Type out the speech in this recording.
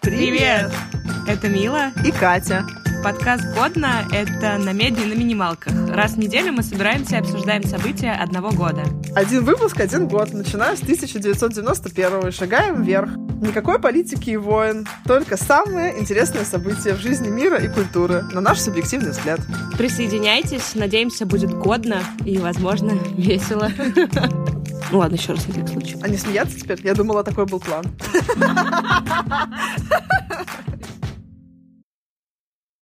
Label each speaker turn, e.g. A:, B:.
A: Привет! Это Мила,
B: И Катя.
A: подкаст «Годно» — это на медне и на минималках. Раз в неделю мы собираемся и обсуждаем события одного года.
B: Один выпуск, один год. Начинаем с 1991 шагаем вверх. Никакой политики и войн, только самые интересные события в жизни мира и культуры, на наш субъективный взгляд.
A: Присоединяйтесь, надеемся, будет годно и, возможно, весело. Ну ладно, еще раз на всякий случай.
B: А не смеяться теперь? Я думала, такой был план.